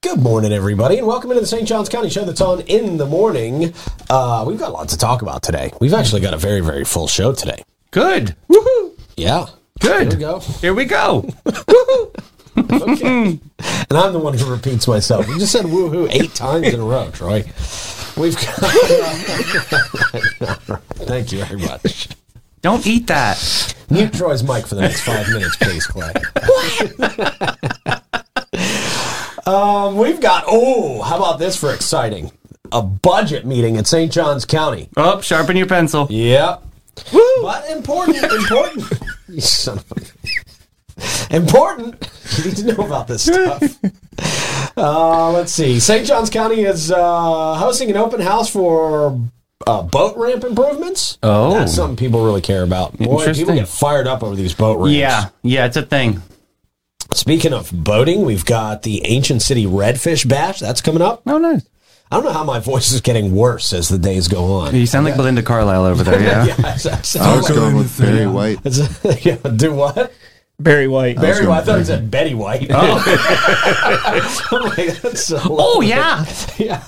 Good morning, everybody, and welcome into the St. John's County Show that's on in the morning. Uh, we've got a lot to talk about today. We've actually got a very, very full show today. Good. Yeah. Good. Here we go. Here we go. Okay. and I'm the one who repeats myself. You just said woohoo eight times in a row, Troy. We've got. Thank you very much. Don't eat that. Mute Troy's mic for the next five minutes, please, Clay. um, we've got, oh, how about this for exciting? A budget meeting at St. John's County. Oh, sharpen your pencil. Yep. But important, important. you son of a- Important. You need to know about this stuff. Uh, let's see. St. John's County is uh, hosting an open house for uh, boat ramp improvements. Oh. that's something people really care about. Boy, people Interesting. get fired up over these boat ramps. Yeah. Yeah, it's a thing. Speaking of boating, we've got the Ancient City Redfish Bash. That's coming up. Oh, nice. I don't know how my voice is getting worse as the days go on. You sound like Belinda Carlisle over there. Yeah. I was going with Barry White. yeah, do what? Barry White. Barry going White. I thought it with said Betty White. Oh, like, that's so Oh, lovely. yeah. yeah.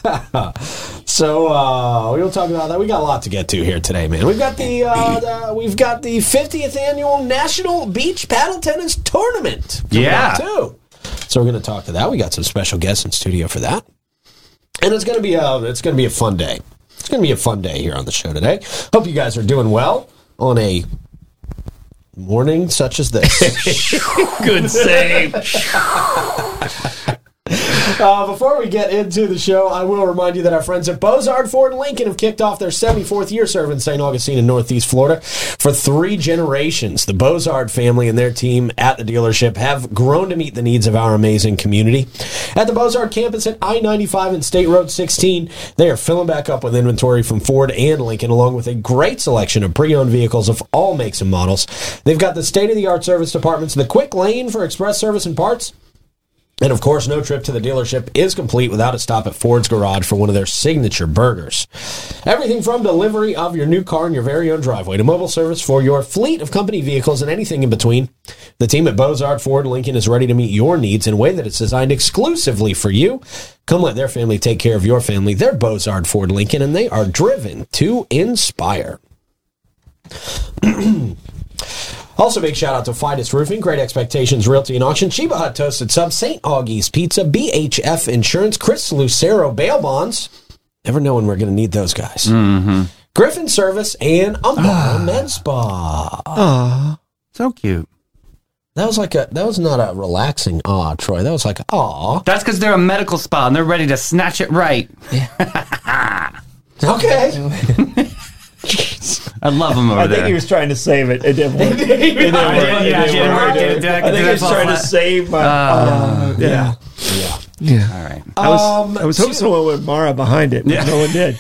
So uh, we will talk about that. We got a lot to get to here today, man. We've got the, uh, the we've got the 50th annual National Beach Paddle Tennis Tournament. coming Yeah. up, too. So we're going to talk to that. We got some special guests in studio for that, and it's going to be a it's going to be a fun day. It's going to be a fun day here on the show today. Hope you guys are doing well on a morning such as this. Good save. Uh, before we get into the show, I will remind you that our friends at Bozard Ford Lincoln have kicked off their 74th year serving St. Augustine in Northeast Florida for three generations. The Bozard family and their team at the dealership have grown to meet the needs of our amazing community. At the Bozard campus at I 95 and State Road 16, they are filling back up with inventory from Ford and Lincoln, along with a great selection of pre owned vehicles of all makes and models. They've got the state of the art service departments, the quick lane for express service and parts. And of course, no trip to the dealership is complete without a stop at Ford's Garage for one of their signature burgers. Everything from delivery of your new car in your very own driveway to mobile service for your fleet of company vehicles and anything in between, the team at Bozard Ford Lincoln is ready to meet your needs in a way that it's designed exclusively for you. Come let their family take care of your family. They're Bozard Ford Lincoln, and they are driven to inspire. Also, big shout out to Fidus Roofing, Great Expectations Realty and Auction, Chiba Hut Toasted Sub, St. Augie's Pizza, BHF Insurance, Chris Lucero Bail Bonds. Never know when we're going to need those guys. Mm-hmm. Griffin Service and Ah. Umbaro Med Spa. So cute. That was like a that was not a relaxing ah, Troy. That was like ah. That's because they're a medical spa and they're ready to snatch it right. Okay. I love them over I there. think he was trying to save it. It didn't work. It didn't I work. did, yeah, It I did didn't work. work. Did it- It did I- didn't- I did think I he was fall trying to flat? save my. uh, yeah. yeah. All right. I was, Um, I was hoping two- someone would Mara behind it, but Yeah. no one did.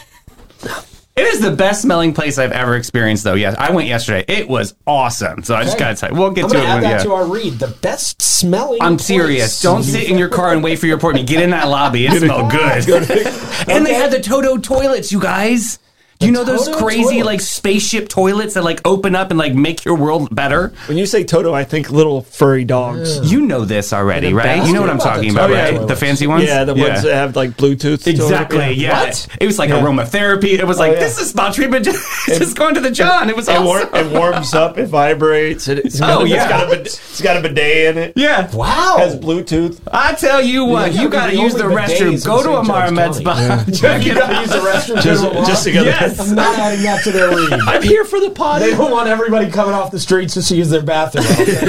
It is the best smelling place I've ever experienced, though. Yes, I went yesterday. It was awesome. So I just Okay. gotta say, we'll get I'm to gonna it. add when, that yeah. to our read. The best smelling. I'm place. serious. Don't sit in your car and wait for your appointment. Get in that lobby. It smelled good. and they had the Toto toilets, you guys. Do you know those Toto crazy toilets? like spaceship toilets that like open up and like make your world better? When you say Toto, I think little furry dogs. You know this already, right? You know what I'm basket. talking about, Oh, yeah. right? The fancy ones? Yeah, the ones that have like Bluetooth. to it. Exactly. Yeah, What? it was like Yeah. Oh, aromatherapy. It was like yeah. this is spa treatment. just going to the John. It was It, awesome. war- it warms up. It vibrates. It, it's got, Oh, yeah. It's got, a bid- it's got a bidet in it. yeah, Wow. It has Bluetooth. I tell you what, Yeah, you we're gotta the use the only bidets restroom. in Go St. to a John's Marmad County. spa. Check it out. use the restroom. Just, General just to Law? Yes. get I'm not adding that to their read. I'm here for the pod. They don't want everybody coming off the streets just to use their bathroom.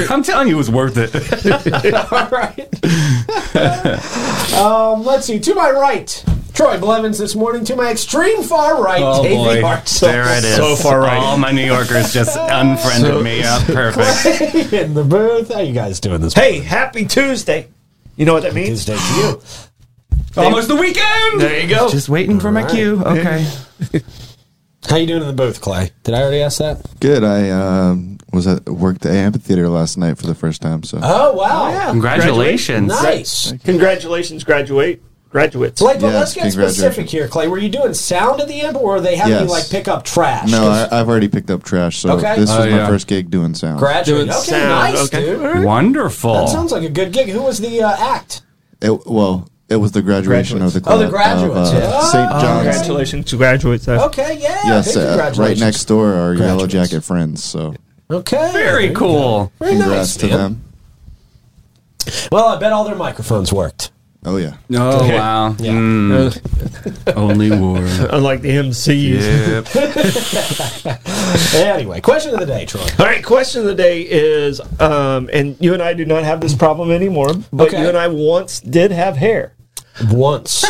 I'm telling you, it was worth it. All right. um, let's see. To my right, Troy Blevins this morning. To my extreme far right, Davey Hartzell. Oh, There it is. So far right. All my New Yorkers just unfriended me. Yeah, perfect. In the booth. How you guys doing this Hey, happy Tuesday. You know what that means? Tuesday to you? Almost the weekend. There you go. Just waiting for my All right. cue. Okay. How you doing in the booth, Clay? Did I already ask that? Good. I um, was at worked the amphitheater last night for the first time. So Oh, wow. Congratulations. Nice. Congratulations, graduate graduates. Like, but Yeah, let's get big graduation. specific here, Clay. Were you doing sound at the amp, or were they having you Yes. like pick up trash? no, I, I've already picked up trash. So Okay. this was Oh, yeah. my first gig doing sound. graduate. Okay, sound, nice, okay. dude. Wonderful. Sounds like a good gig. Who was the uh, act? It- well, It was the graduation of the Graduates. Oh, the cla- of, graduates, uh, yeah. St. Oh, John's. Congratulations to graduates. That's Okay, yeah. Yes, big uh, right congratulations. next door are Yellow Graduates. Jacket friends. So Okay. Very cool. Very nice. congrats to man. them. Well, I bet all their microphones worked. Oh yeah. Oh wow. Yeah. Only war. Unlike the MCs. Yep. Anyway, question of the day, Troy. All right, question of the day is, um, and you and I do not have this problem anymore, but Okay. you and I once did have hair. Once.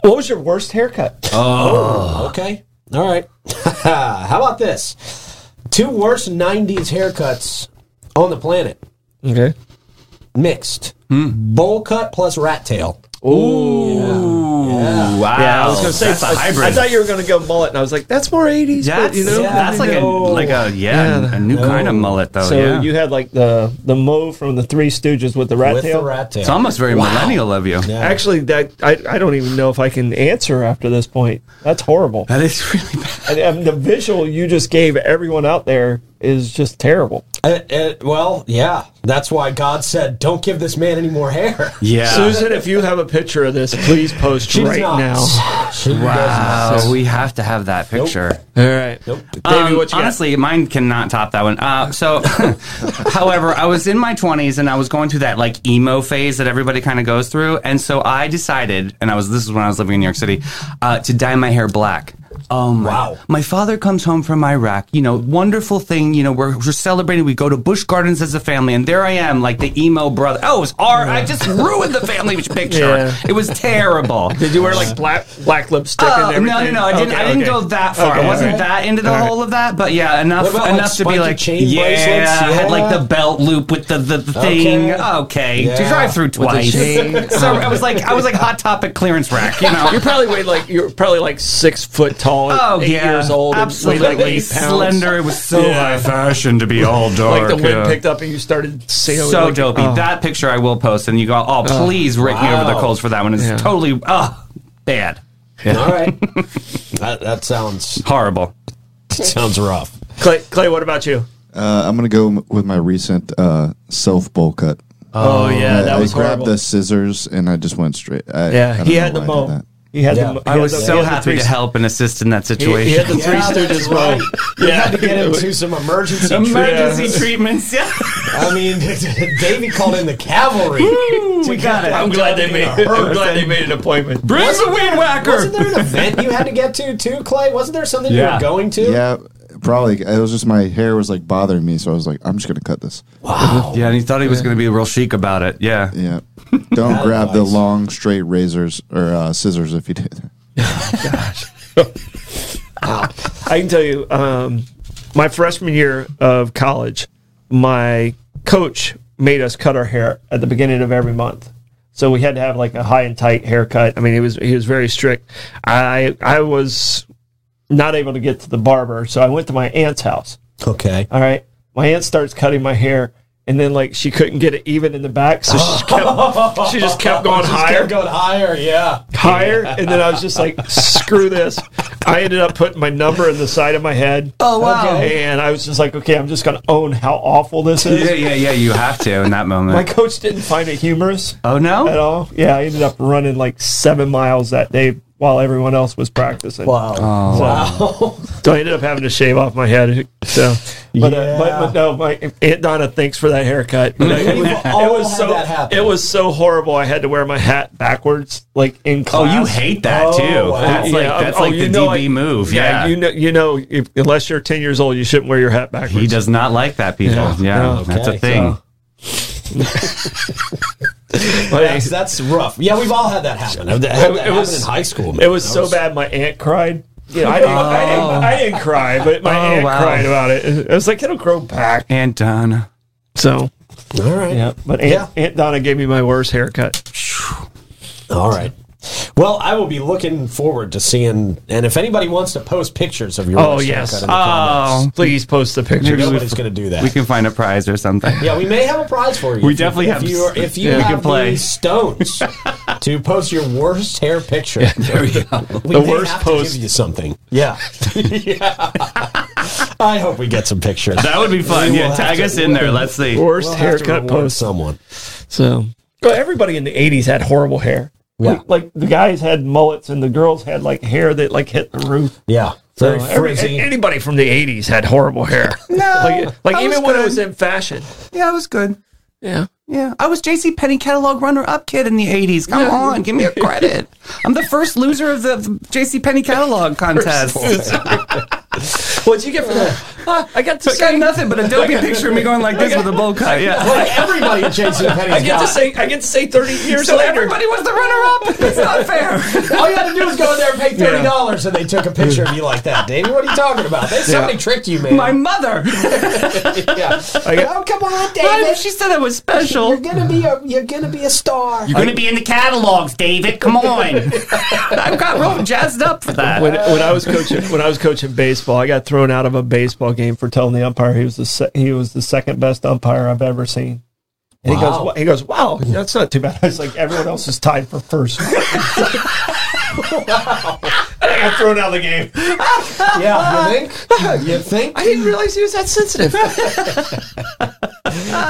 What was your worst haircut? Okay. All right. How about this? Two worst 90s haircuts on the planet. Okay. Mixed. Bowl cut plus rat tail. Wow. Yeah, I was gonna say that's a Oh, I, hybrid. I thought you were gonna go mullet, and I was like, "That's more '80s." but, that's, you know, yeah. that's like no. a like a yeah, a new kind of mullet though. so Oh, yeah. you had like the the mo from the Three Stooges with the rat With tail. the rat tail. it's almost very millennial of you. Yeah. Actually, that I, I don't even know if I can answer after this point. That's horrible. That is really bad. and, and the visual you just gave everyone out there is just terrible. Uh, uh, well, yeah. That's why God said, don't give this man any more hair. Yeah. Susan, if you have a picture of this, please post She does right not. now. She does not. Wow, we have to have that picture. All right. Nope. Davey, Um, what you got? honestly, mine cannot top that one. Uh, so, however, I was in my 20s and I was going through that like emo phase that everybody kind of goes through, and so I decided, and I was this is when I was living in New York City, uh, to dye my hair black. Oh my! Wow. My father comes home from Iraq. You know, wonderful thing. You know, we're, we're celebrating. We go to Bush Gardens as a family, and there I am, like the emo brother. Oh, it was our. I just ruined the family picture. Yeah. It was terrible. Did you wear like black black lipstick Oh, and everything? No, no, no. I didn't. I Okay, didn't okay. go that far. Okay, I wasn't okay. that into the All right. whole of that. But yeah, enough What about, like, enough to be spiky like chain yeah. bracelets? I had like Yeah. the belt loop with the the, the thing. Okay, Yeah. to drive through twice. so I was like, I was like hot topic clearance rack. You know. You probably weighed like Uh-huh. you're probably like six foot tall, Oh eight yeah, years old, and weighed, absolutely like eight pounds. slender. It was so high fashion to be all Like dark. the wind yeah. picked up and you started sailing. So like, dopey. oh. That picture I will post, and you go, oh please, rake me over the Wow. coals for that one. It's Yeah. totally oh bad, All right. that, that sounds horrible. sounds rough. Clay, Clay, what about you? Uh, I'm gonna go m- with my recent uh, self bowl cut. Oh, yeah, I, I grabbed the scissors and I just went straight. I, I Yeah, don't he know had the why I did mo. that. He had Yeah. the. mo- I he was had the- so he had the happy three- to help and assist in that He, situation. he had the three Yeah, stooges that's mo. right. Yeah, Had to get into some emergency. treatment. Emergency treatments. Yeah. I mean, Davey called in the cavalry. we got it. I'm glad they made. I'm glad they made an appointment. Bring the wind Wasn't whacker. there an event you had to get to too, Clay? Wasn't there something you Yeah. were going to? Yeah, probably. It was just my hair was like bothering me, so I was like, I'm just gonna cut this. Wow. Yeah, and he thought he was going to be real chic about it. Yeah. Yeah. Don't grab the advice. long straight razors or uh, scissors if you do that. I can tell you, um, my freshman year of college, my coach made us cut our hair at the beginning of every month. So we had to have like a high and tight haircut. I mean, he was he was very strict. I I was not able to get to the barber, so I went to my aunt's house. Okay. All right, my aunt starts cutting my hair, and then like she couldn't get it even in the back, so she just kept she just kept going higher Kept going higher. Yeah. higher, and then I was just like, "Screw this!" I ended up putting my number in the side of my head. Oh, wow. Okay, And I was just like, "Okay, I'm just going to own how awful this is." Yeah, yeah, yeah. You have to in that moment. My coach didn't find it humorous oh at no. all. Yeah, I ended up running like seven miles that day while everyone else was practicing. Wow. Wow. So I ended up having to shave off my head. So, but, uh, but, but no, my Aunt Donna, thanks for that haircut. But it, We've was- all it was had so that happen. it was so horrible. I had to wear my hat backwards, like in Oh, class. you hate that Oh, too. wow. That's like Yeah, that's oh, like you the know DB I- move. Yeah, Yeah. you know, you know, if, unless you're 10 years old, you shouldn't wear your hat backwards. he does not like that, people. Yeah, Yeah. Oh, No, that's a okay, thing. so- But That's, that's rough. Yeah, we've all had that happen. That, that It happened was- in high school. it man. was That so bad. My aunt cried. You know, I, didn't, I, Oh. didn't, I didn't cry, but my Oh, aunt wow. cried about it. I was like, it'll grow back. And done. So, All right. yeah. But Aunt, Yeah. aunt Donna gave me my worst haircut. All right. Well, I will be looking forward to seeing, and if anybody wants to post pictures of your Oh, worst yes. haircut in the comments, Oh, Please post the pictures. nobody's going to do that. we can find a prize or something. Yeah, we may have a prize for you. We If- definitely if have- You are, if you yeah, we have can play. the stones to post your worst hair picture, There we go. we the may worst have post. to give you something. Yeah, yeah. I hope we get some pictures. That would be fun. We Yeah, will tag have us to- in there. Let's see. Worst We'll have to haircut reward post. someone. So, well, everybody in the 80s had horrible hair. Yeah. Like the guys had mullets and the girls had like hair that like hit the roof. Yeah. So Very every- frizzy. anybody from the '80s had horrible hair. No, like, like I was even when I good. was in fashion. Yeah, it was good. Yeah, Yeah, I was J.C. Penney catalog runner-up kid in the '80s. Come on, give me a credit. I'm the first loser of the J.C. Penney catalog contest. I what'd you get for that? Ah, I got to got sing. nothing but a dopey picture of me going like this with a bowl cut. Yeah. Like everybody at JC I Penney's get to got. say. I get to say thirty years So later. everybody was the runner-up. It's not fair. All you had to do was go in there and pay thirty dollars, and they took a picture of you like that, Davey. What are you talking about? They, somebody tricked you, man. My mother. yeah. oh come on, Why- David. She said I was special. You're gonna be a you're gonna be a star. You're gonna be in the catalogs, David. Come on. I got real jazzed up for that. when, when I was coaching when I was coaching baseball, I got thrown out of a baseball game for telling the umpire he was the se- he was the second best umpire I've ever seen. And he Wow. goes, "Wha- he goes, wow, that's not too bad. I was like, everyone else is tied for first. I got thrown out of the game. yeah, you think? You think? I didn't realize he was that sensitive.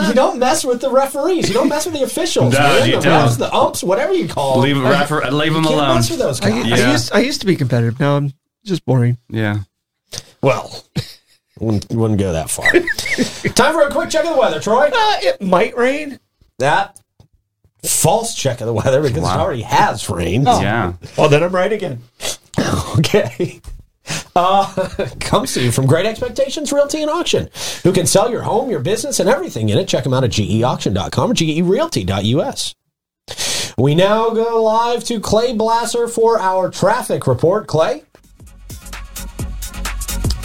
You don't mess with the referees. You don't mess with the officials. No, man. you the refs, don't. the umps, whatever you call. them. Leave, it right for- leave them Can't alone. mess with those I, guys. Yeah. I used I used to be competitive. Now I'm just boring. Yeah. Well, wouldn't, wouldn't go that far. Time for a quick check of the weather, Troy. Uh, it might rain. That false check of the weather because it Wow. already has rained. Yeah. Well, then I'm right again. Okay. Uh, comes to you from Great Expectations Realty and Auction, who can sell your home, your business, and everything in it. Check them out at geauction.com or gerealty.us. We now go live to Clay Blasser for our traffic report. Clay?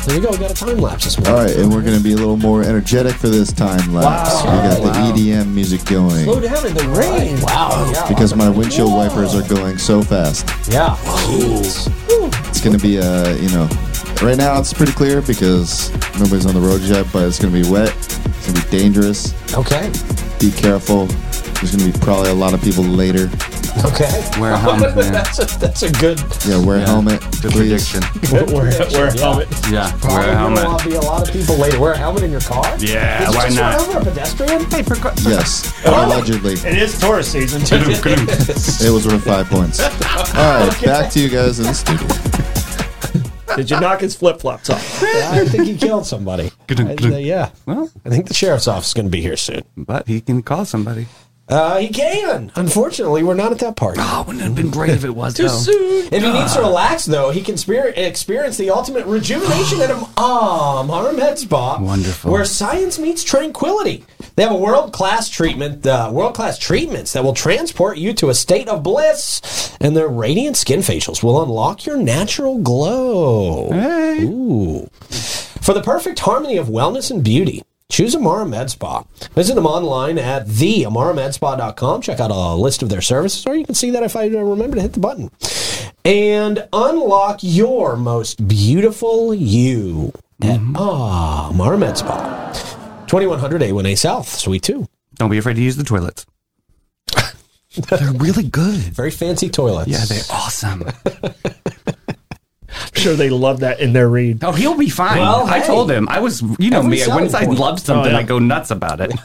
There you go. We got a time lapse this All morning. right, and we're going to be a little more energetic for this time lapse. We got the EDM music Slow going down in the rain. Wow. Yeah. because my windshield wipers are going so fast. Yeah. It's going to be a, you know, right now it's pretty clear because nobody's on the road yet, but it's going to be wet. It's going to be dangerous. Okay. Be careful. There's going to be probably a lot of people later. Okay. Wear a helmet, man. that's, a, that's a good, Yeah, wear a helmet, Good please. prediction. good prediction. Wear a Yeah. helmet. Yeah. Wear Probably a gonna helmet. be a lot of people later. Wear a helmet in your car? Yeah, Did you why just run not? over a pedestrian? Hey, perc- Yes, allegedly. It is Taurus season too. It was worth five points. All right, back to you guys in the studio. Did you knock his flip flops off? I think he killed somebody. I- uh, yeah. Well, I think the sheriff's office is going to be here soon. but he can call somebody. Uh, he can. Unfortunately, we're not at that party. Oh, wouldn't it have been great if it was though? soon. If he needs to relax, though, he can spear- experience the ultimate rejuvenation at a um, Harm Head Spa. Wonderful. Where science meets tranquility. They have a world class treatment, uh, world class treatments that will transport you to a state of bliss, and their radiant skin facials will unlock your natural glow. Ooh. For the perfect harmony of wellness and beauty, choose Amara Med Spa. Visit them online at theamaramedspa.com. Check out a list of their services, or you can see that if I uh, remember to hit the button. And unlock your most beautiful you at Ah Amara Med Spa. 2100 A1A South, Suite 2. Don't be afraid to use the toilets. They're really good. Very fancy toilets. Yeah, they're awesome. I'm sure they love that in their read. Oh, he'll be fine. Well, I hey. told him. I was, you know Every me. Once I selling point. love something, Oh, yeah. I go nuts about it.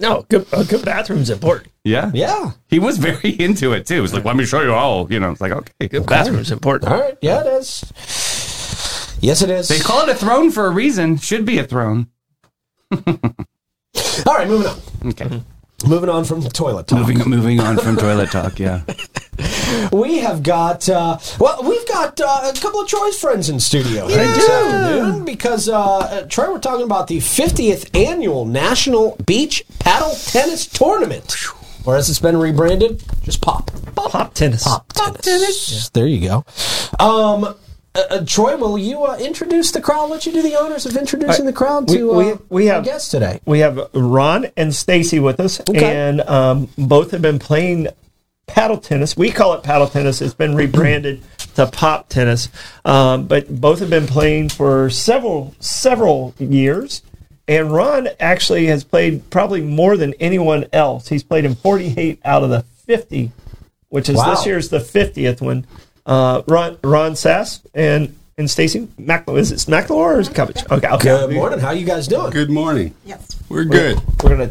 no, good, a good bathroom's important. yeah. Yeah. He was very into it too. It's like, let me show you all. You know, it's like, okay. Good bathroom's important. All right. Yeah, it is. Yes, it is. They call it a throne for a reason. Should be a throne. All right, moving on. Okay. Moving on from toilet talk. Moving, moving on from toilet talk. Yeah. Mm. We have got uh, well, we've got uh, a couple of Troy's friends in studio here this afternoon because uh, uh, Troy, we're talking about the 50th annual National Beach Paddle Tennis Tournament, or as it's been rebranded, just pop. Pop tennis. Pop tennis. There you go. Um, uh, uh, Troy, will you uh, introduce the crowd? Let you do the honors of introducing the crowd we- to uh, we- we our have- guests today. We have Ron and Stacy with us, Okay. and um, both have been playing paddle tennis. We call it paddle tennis. It's been rebranded to pop tennis, um, but both have been playing for several several years. And Ron actually has played probably more than anyone else. He's played in 48 out of the 50, which is Wow. this year's the 50th one. Uh, Ron Ron Sass and and Stacy Macklow. Is it Macklow or is it Covich? Okay, okay. Good morning. How you guys doing? Good morning. Yes. We're good. We're gonna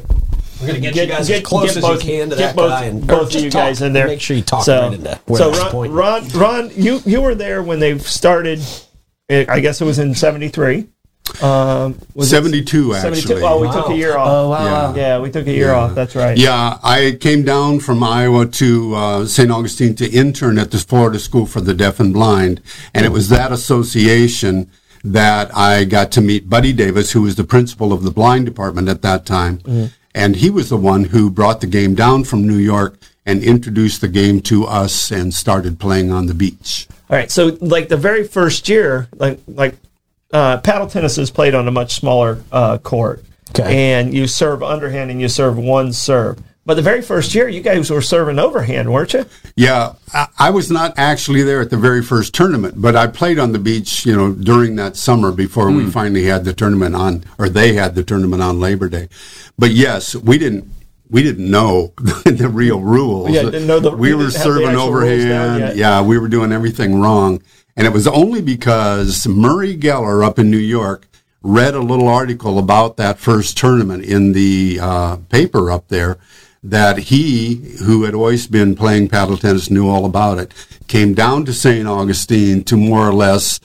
We're gonna get, you guys as close as you can to that get both, guy and or both of just you talk. guys in there. Make sure you talk so, right into where so that's Ron, pointing. Ron, Ron, you you were there when they started. eh, I guess it was in '73. Um, was it 72 '72? actually. Oh, we Wow. took a year off. Oh, wow. Yeah. Yeah, we took a year off. That's right. Yeah, I came down from Iowa to uh, St. Augustine to intern at the Florida School for the Deaf and Blind, and it was that association that I got to meet Buddy Davis, who was the principal of the blind department at that time, and he was the one who brought the game down from New York and introduced the game to us and started playing on the beach. All right. So, like the very first year, like like uh, paddle tennis is played on a much smaller uh, court, Okay. and you serve underhand and you serve one serve. But the very first year, you guys were serving overhand, weren't you? Yeah, I, I was not actually there at the very first tournament, but I played on the beach, you know, during that summer before Hmm. we finally had the tournament on, or they had the tournament on Labor Day. But yes, we didn't. We didn't know the real rules. Yeah, didn't know the- we we were didn't have the serving actual rules down overhand. yet. Yeah, uh, we were doing everything wrong. And it was only because Murray Geller up in New York read a little article about that first tournament in the uh, paper up there that he, who had always been playing paddle tennis, knew all about it, came down to St. Augustine to more or less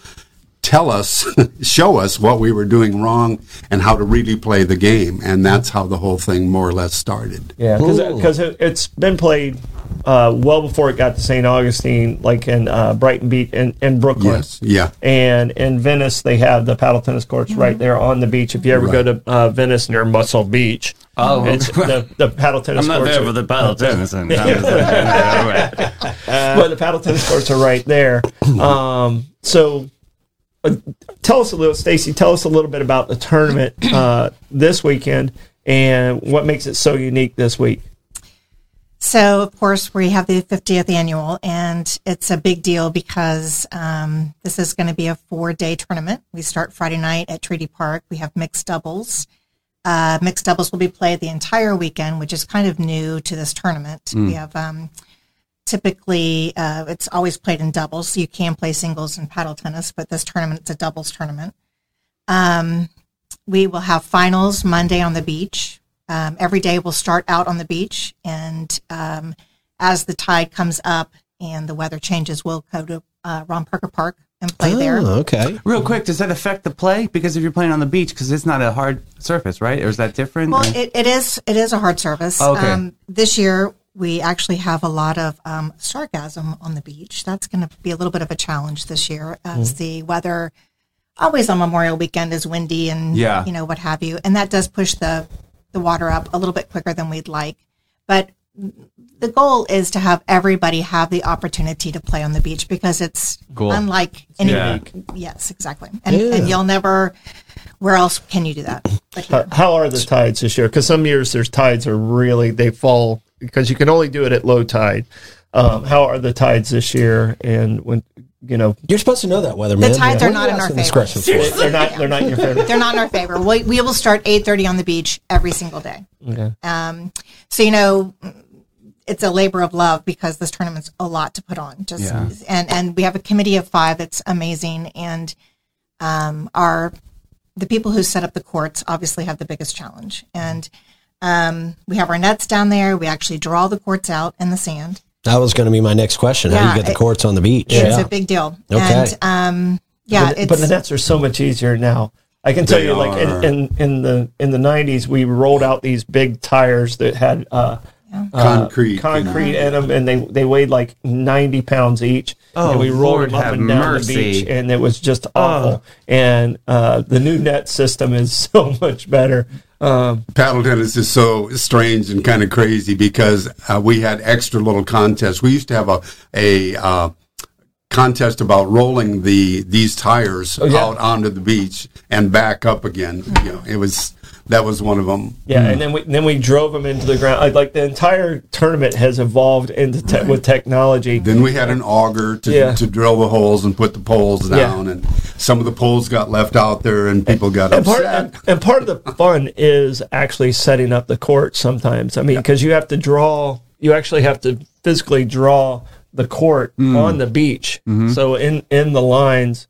tell us, show us what we were doing wrong and how to really play the game. And that's how the whole thing more or less started. Yeah, because it, has been played uh, well before it got to St. Augustine, like in uh, Brighton Beach and, and Brooklyn. Yes. Yeah. And in Venice, they have the paddle tennis courts Mm-hmm. right there on the beach. If you ever go to uh, Venice near Muscle Beach, Oh, it's the, the paddle tennis I'm not courts. there are- for the battle tennis. and I'm just like, anyway. but the paddle tennis courts are right there. Um, so, uh, tell us a little, Stacy. Tell us a little bit about the tournament uh, this weekend and what makes it so unique this week. So, of course, we have the 50th annual, and it's a big deal because um, this is going to be a four day tournament. We start Friday night at Treaty Park. We have mixed doubles. Uh, mixed doubles will be played the entire weekend, which is kind of new to this tournament. We have um, typically, uh, it's always played in doubles. So you can play singles in paddle tennis, but this tournament, it's a doubles tournament. Um, we will have finals Monday on the beach. Um, every day we'll start out on the beach, and um, as the tide comes up and the weather changes, we'll go to uh, Ron Parker Park and play there. Oh, okay. Real quick, does that affect the play? Because if you're playing on the beach, because it's not a hard surface, right? Or is that different? Well, Or- it, it is it is a hard service. Oh, okay. Um, this year we actually have a lot of um, sarcasm on the beach. That's going to be a little bit of a challenge this year, Mm-hmm. as the weather always on Memorial Weekend is windy and Yeah. you know what have you, and that does push the the water up a little bit quicker than we'd like. But the goal is to have everybody have the opportunity to play on the beach because it's Cool. unlike any. Yeah. Yes, exactly, and, and you'll never. Where else can you do that? But here. Uh, how are the tides this year? Because some years there's tides are really they fall because you can only do it at low tide. Um, how are the tides this year? And when you know You're supposed to know that weather, man. tides What are you not in asking our favor. discretion for? they're not they're not in your favor. they're not in our favor. We, we will start eight thirty on the beach every single day. Um, so you know, it's a labor of love because this tournament's a lot to put on. Just Yeah. and and we have a committee of five that's amazing, and um, our the people who set up the courts obviously have the biggest challenge. And um, we have our nets down there. We actually draw the courts out in the sand. That was going to be my next question. How Yeah, you get the it- courts on the beach? It's a big deal. Okay. And um, yeah, but, it's but the nets are so much easier now. I can tell They you, like in, are. in, in the in the '90s, we rolled out these big tires that had uh, Concrete. concrete in them, and they they weighed like 90 pounds each. Oh, and we rolled Lord them up have and down mercy. the beach, and it was just awful. And uh, the new net system is so much better. Um, paddle tennis is so strange and kind of crazy because uh, we had extra little contests. We used to have a a uh, contest about rolling the these tires Oh, out onto the beach and back up again. You know, it was that was one of them. yeah, and then we then we drove them into the ground. Like, like the entire tournament has evolved into te- with technology. Then we had an auger to, Yeah. to drill the holes and put the poles Yeah. down, and some of the poles got left out there, and people got and part, upset. and, and part of the fun is actually setting up the court sometimes. I mean, because you have to draw, you actually have to physically draw the court on the beach. So in, in the lines.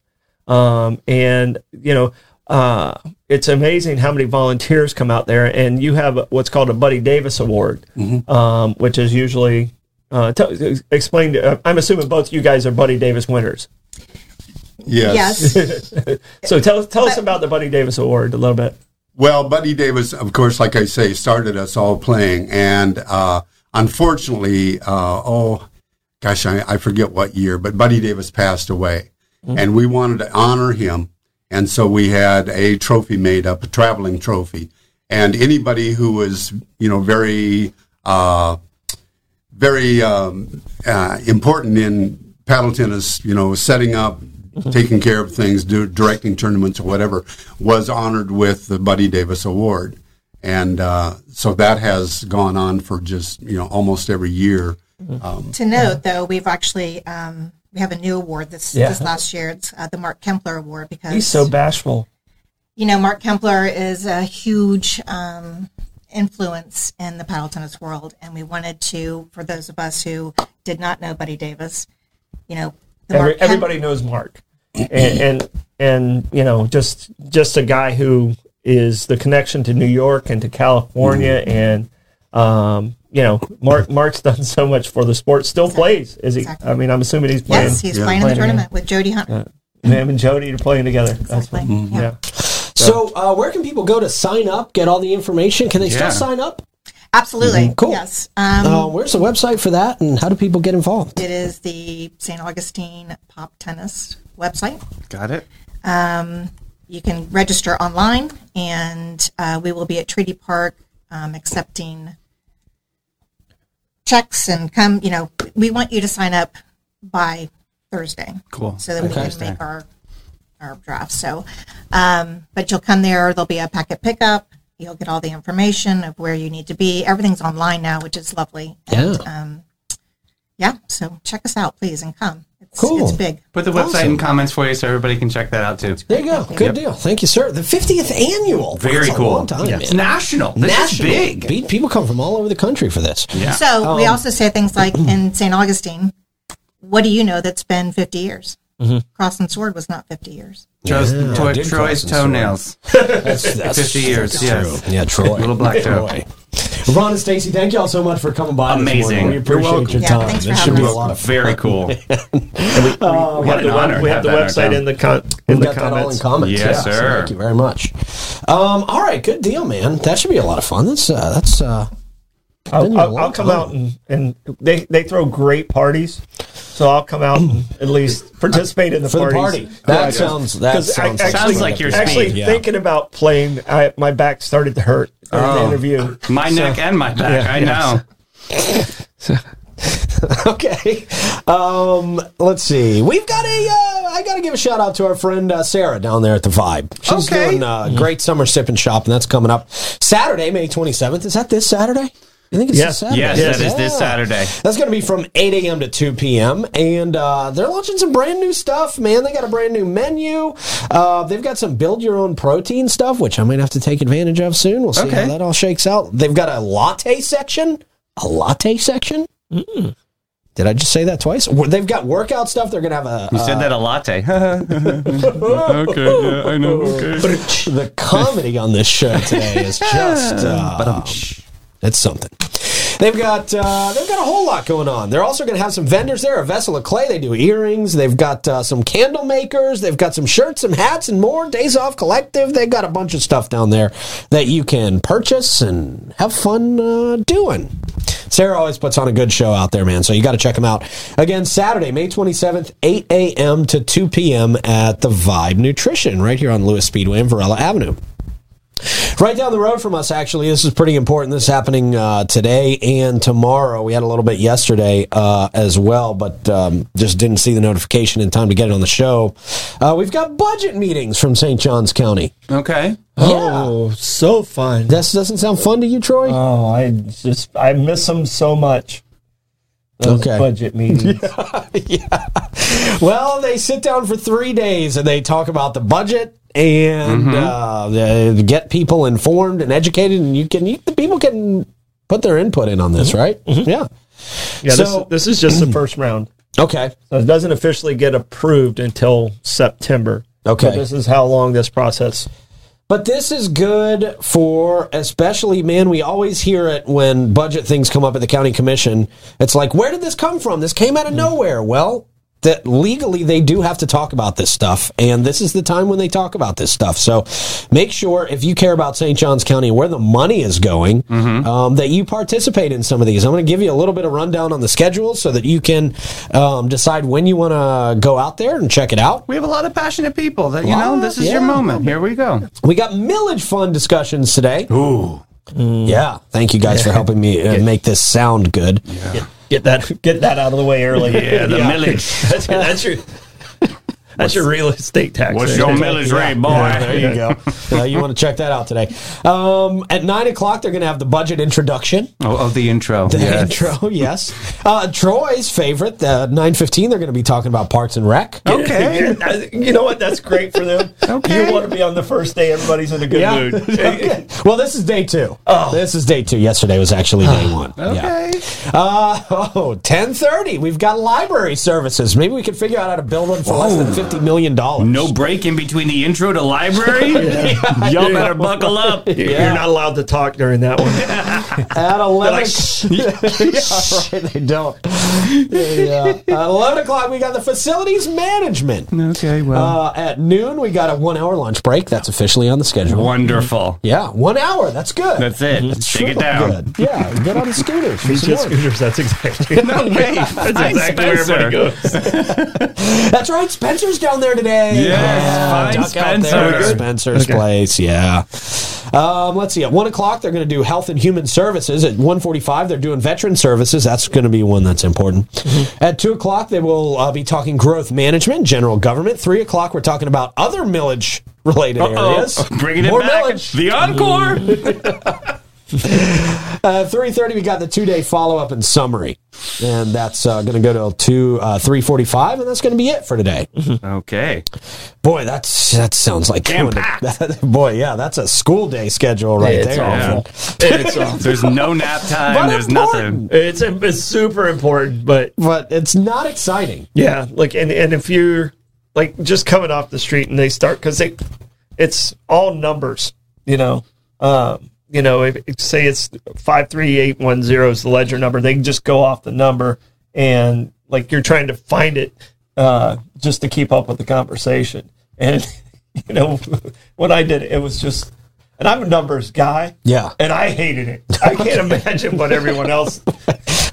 Um, and, you know, uh, it's amazing how many volunteers come out there, and you have what's called a Buddy Davis Award, um, which is usually uh, t- explain. To, uh, I'm assuming both you guys are Buddy Davis winners. Yes. Yes. So tell tell us about the Buddy Davis Award a little bit. Well, Buddy Davis, of course, like I say, started us all playing, and uh, unfortunately, uh, oh gosh, I, I forget what year, but Buddy Davis passed away, and we wanted to honor him, and so we had a trophy made up, a traveling trophy, and anybody who was, you know, very. Uh, very um, uh, important in Paddleton is you know setting up, taking care of things, do, directing tournaments or whatever. Was honored with the Buddy Davis Award, and uh, so that has gone on for just you know almost every year. to note, though, we've actually um, we have a new award this Yeah. this last year. It's uh, the Mark Kempler Award because He's so bashful. you know, Mark Kempler is a huge um, influence in the paddle tennis world, and we wanted to, for those of us who did not know Buddy Davis, you know, the Every, Kemp- everybody knows Mark, and, and and you know just just a guy who is the connection to New York and to California, Mm-hmm. and um, you know Mark Mark's done so much for the sport. Still plays, is he? Exactly. I mean, I'm assuming he's playing. Yes, he's Yeah. playing in the Playing again. tournament with Jody Hunt. Him and Jody are playing together. That's what, Exactly. Yeah. yeah. So, uh, where can people go to sign up, get all the information? Can they still Yeah. sign up? Mm-hmm. Absolutely. Cool. Yes. Um, Uh, where's the website for that, and how do people get involved? It is the St. Augustine Pop Tennis website. Got it. You can register online, and uh, we will be at Treaty Park um, accepting checks and come. You know, we want you to sign up by Thursday. Cool. So that we can make our our draft. So, um, but you'll come there. There'll be a packet pickup. You'll get all the information of where you need to be. Everything's online now, which is lovely. And, um, yeah. So check us out, please, and come. It's, Cool. It's big. Put the website in comments for you so everybody can check that out too. There you go. Good deal. Thank you, sir. The 50th annual. Very That's a cool. long time, Yeah. man. It's national. This National. is big. Pe- People come from all over the country for this. Yeah. So we also say things like in St. Augustine, what do you know that's been 50 years? Cross and Sword was not 50 years. Joe's, Troy- did cross Troy's the sword. toenails. That's, that's 50 years, that's yes. true. Yeah, Troy. Little black toe. Troy. Ron and Stacy, thank you all so much for coming by. this morning. Amazing. We You're appreciate welcome. your Yeah, time. thanks for this should having be a us. lot of fun. Oh, Very cool. we have an the, honor web, we to have have the that in our website in the con- in We've the got that all in comments. comments. Yes, so sir. thank you very much. Um, all right, good deal, man. That should be a lot of fun. That's uh, that's uh, been I'll, here a I'll, long I'll come time. out and, and they, they throw great parties, so I'll come out and at least participate in the for the party. parties. Oh, That sounds that 'Cause I sounds, actually- Sounds like your Actually, speed. Yeah. thinking about playing, I, my back started to hurt during Oh. the interview. My neck and my back. Yeah. I Yeah. know. okay. Um, let's see. We've got a. Uh, I got to give a shout out to our friend uh, Sarah down there at the Vibe. She's Okay. doing uh, great summer sip and shop, and that's coming up Saturday, May twenty seventh. Is that this Saturday? I think it's Yes. this Saturday. Yes, Yes. that is this Yeah. Saturday. That's going to be from 8 a.m. to 2 p.m. And uh, they're launching some brand new stuff, man. They got a brand new menu. Uh, they've got some build your own protein stuff, which I might have to take advantage of soon. We'll see how Okay. that all shakes out. They've got a latte section. A latte section? Did I just say that twice? Well, They've got workout stuff. They're going to have a. You said that a latte. okay, yeah, I know. Okay. the comedy on this show today is just uh, it's something. They've got uh, they've got a whole lot going on. They're also going to have some vendors there. A vessel of clay. They do earrings. They've got uh, some candle makers. They've got some shirts, some hats, and more. Days off collective. They've got a bunch of stuff down there that you can purchase and have fun uh, doing. Sarah always puts on a good show out there, man. So you got to check them out. Again, Saturday, May 27th, 8 a.m. to 2 p.m. at the Vibe Nutrition right here on Lewis Speedway and Varela Avenue. Right down the road from us, actually, this is pretty important. This is happening uh, today and tomorrow. We had a little bit yesterday uh, as well, but um, just didn't see the notification in time to get it on the show. Uh, we've got budget meetings from St. John's County. Okay. Oh, so fun! This doesn't sound fun to you, Troy? Oh, I just I miss them so much. Those Okay. budget meetings. Well, they sit down for three days and they talk about the budget and uh, they get people informed and educated, and you can you, the people can put their input in on this, right? Yeah. Yeah, So- this, this is just the first round, Okay. so it doesn't officially get approved until September. Okay. So this is how long this process. But this is good for, especially, man, we always hear it when budget things come up at the county commission. It's like, where did this come from? This came out of nowhere. Well, that legally they do have to talk about this stuff, and this is the time when they talk about this stuff. So make sure if you care about St. John's County and where the money is going, um, that you participate in some of these. I'm going to give you a little bit of rundown on the schedule so that you can um, decide when you want to go out there and check it out. We have a lot of passionate people that, you Lot, know, this is yeah. your moment. Here we go. We got millage fund discussions today. Mm. Ooh. Yeah. Thank you guys for helping me uh, make this sound good. Get that get that out of the way early. Yeah, the millage. that's, your- that's your that's your real estate tax. What's right your there. millage rate, boy? Yeah, there you go. Uh, you want to check that out today. Um, at 9 o'clock, they're going to have the budget introduction. Oh, oh, the intro. The Yeah. intro, yes. Uh, Troy's favorite, uh, 9.15, they're going to be talking about Parks and Rec. Oh, Okay. I- you know what? That's great for them. Okay. You want to be on the first day. Everybody's in a good Yeah. mood. Okay. Well, this is day two. Oh. This is day two. Yesterday was actually day one. Yeah. Okay. Uh, oh, 10.30, we've got library services. Maybe we could figure out how to build one for less than $50 million. No break in between the intro to library? Y'all better buckle up. You're not allowed to talk during that one. At 11 like, o'clock. yeah, right, they don't. Yeah. At 11 o'clock, we got the facilities management. Okay, well. Uh, at noon, we got a one hour lunch break. That's officially on the schedule. Wonderful. Yeah, one hour. That's good. That's it. Mm-hmm. Take it Real down. Good. Yeah, get on the scooters. for some Jet lunch. scooters. That's exactly. No way. That's exactly where everybody goes. That's right. Spencer's down there today. Yes, yeah, find duck out there at Spencer. Spencer's place. Yeah. Um, let's see. At one o'clock, they're going to do health and human services. At one forty-five, they're doing veteran services. That's going to be one that's important. At two o'clock, they will uh, be talking growth management, general government. Three o'clock, we're talking about other millage related areas. Oh, Bringing it More back. millage. The Mm-hmm. encore. Uh, three thirty, we got the two-day follow-up and summary, and that's uh, going to go to two uh, three forty-five, and that's going to be it for today. okay. Boy, that's that sounds like Jam-packed. boy, yeah, that's a school day schedule right It's there. awful. It's awful. There's no nap time. But There's important. nothing. It's it's super important, but But it's not exciting. Yeah, like and and if you're like just coming off the street and they start because they, it's all numbers, you know. Um, you know, if, if- say it's five three eight one zero is the ledger number, they can just go off the number and like you're trying to find it uh, just to keep up with the conversation. And you know, when I did it, it was just, and I'm a numbers guy. Yeah. and I hated it. I can't imagine what everyone else.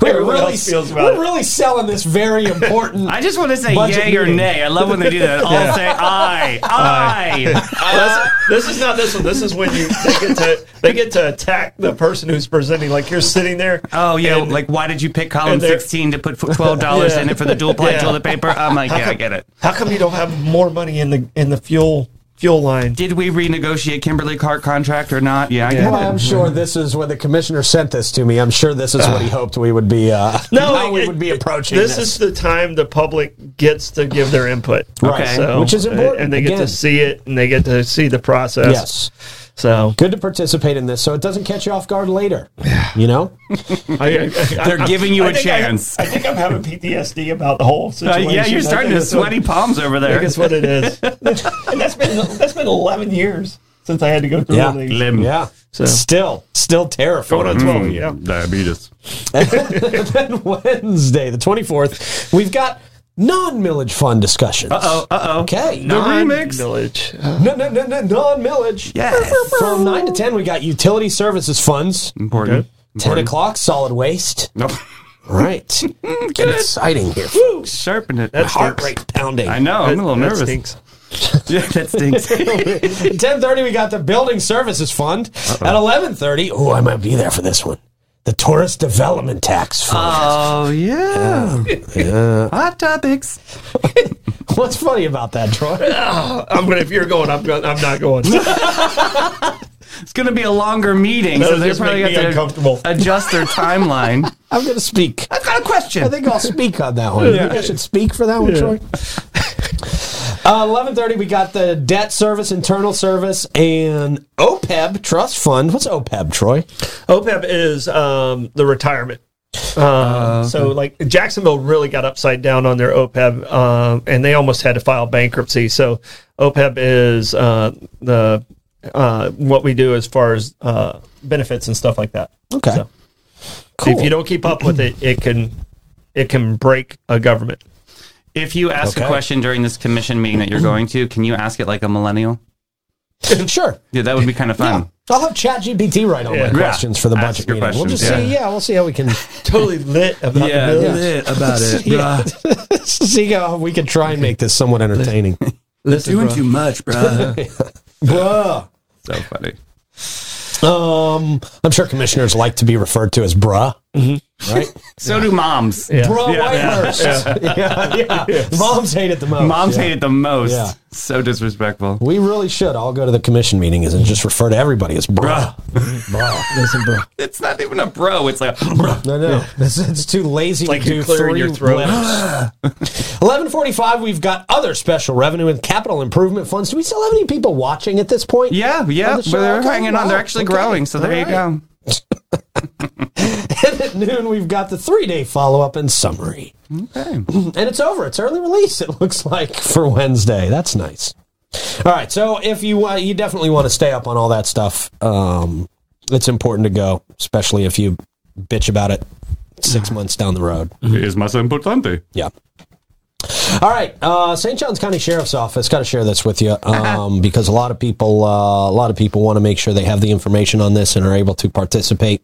We're Everyone really, else feels about we're it. really selling this very important. I just want to say Budget yay or meeting. nay. I love when they do that. I'll say I. I. Oh, this is not this one. This is when you they get to they get to attack the person who's presenting. Like you're sitting there. Oh yeah, and like why did you pick column and they're- 16 to put twelve dollars Yeah. in it for the dual ply Yeah. toilet paper? I'm like, yeah, I come- get it. how come you don't have more money in the in the fuel fuel line? Did we renegotiate Kimberly Clark contract or not? Yeah, I Well, get I'm sure this is when the commissioner sent this to me. I'm sure this is what he hoped we would be. Uh, how we Ah. it- would be approaching This this. is the time the public gets to give their input. Right. Okay. Which is important, and they get again. to see it, and they get to see the process. yes. So Good to participate in this, so it doesn't catch you off guard later. You know, I, I, They're giving you a think chance. I, I think I'm having PTSD about the whole it. Uh, situation. yeah, you're I starting think to it's what- sweaty palms over I there. think it's what it is. and that's been that's been 11 years since I had to go through Yeah. all these. Lim. yeah. So- Still, still terrifying. Going on 12, yeah. Diabetes. then Wednesday, the 24th, we've got non-millage fund discussions. Uh oh. Okay. The remix. Village. No, no, no, no, non-millage. Yes. Mm, From 9 to 10, we got utility services funds. Important. 10 o'clock, solid waste. Nope. All right. Mm, Getting exciting here. Sharpen it. That's Heart rate pounding. I know. I'm a little That nervous. stinks. Yeah, that stinks. 10.30, we got the building services fund. At 11.30, oh, I might be there for this one. The tourist development tax fund. oh yeah. Hot topics. What's funny about that, Troy? I'm gonna, Um, if you're going, I'm going, I'm not going. It's going to be a longer meeting, That'll so they're just probably make going me to uncomfortable. adjust their timeline. I'm going to speak. I've got a question. I think I'll speak on that one. You think I should speak for that one, Troy? Uh, Eleven thirty, we got the debt service, internal service, and E OPEB trust fund. What's OPEB, E Troy? OPEB is E um, the retirement Um, so like Jacksonville really got upside down on their OPEB, um, and they almost had to file bankruptcy. So OPEB is uh, the uh, what we do as far as uh, benefits and stuff like that. Okay. So Cool. If you don't keep up with it, it can it can break a government. If you ask Okay. a question during this commission meeting that you're going to, can you ask it like a millennial? sure. Yeah, that would be kind of fun. Yeah. I'll have Chat GPT write all Yeah. my Yeah. questions for the Ask budget your meeting. We'll questions, just see. yeah. Yeah, we'll see how we can Totally lit about the bill. lit about it, Yeah. bruh. see how we can try and make this somewhat entertaining. Listen, doing too much, bruh. Bruh. So funny. Um, I'm sure commissioners like to be referred to as bruh, right? So do moms. Bruh Yeah. Whitehurst. Yeah. yeah. Moms hate it the most. Moms Yeah. hate it the most. Yeah. So disrespectful. We really should all go to the commission meetings and just refer to everybody as bruh. Listen, bro. It's not even a bro. It's like, bruh. No, no, it's, it's too lazy like to do you're clearing three your throat. letters. Eleven forty-five. We've got other special revenue and capital improvement funds. Do we still have any people watching at this point? yeah, yeah. On the but show? they're Okay, hanging on. wow, They're actually okay, growing. So there all you right. go. And at noon, we've got the three-day follow-up and summary. Okay. and it's over. It's early release. It looks like for Wednesday. That's nice. All right. So if you uh, you definitely want to stay up on all that stuff, um, it's important to go, especially if you bitch about it six months down the road. Es más importante. Yeah. All right, uh, St. John's County Sheriff's Office. Got to share this with you um, because a lot of people, uh, a lot of people want to make sure they have the information on this and are able to participate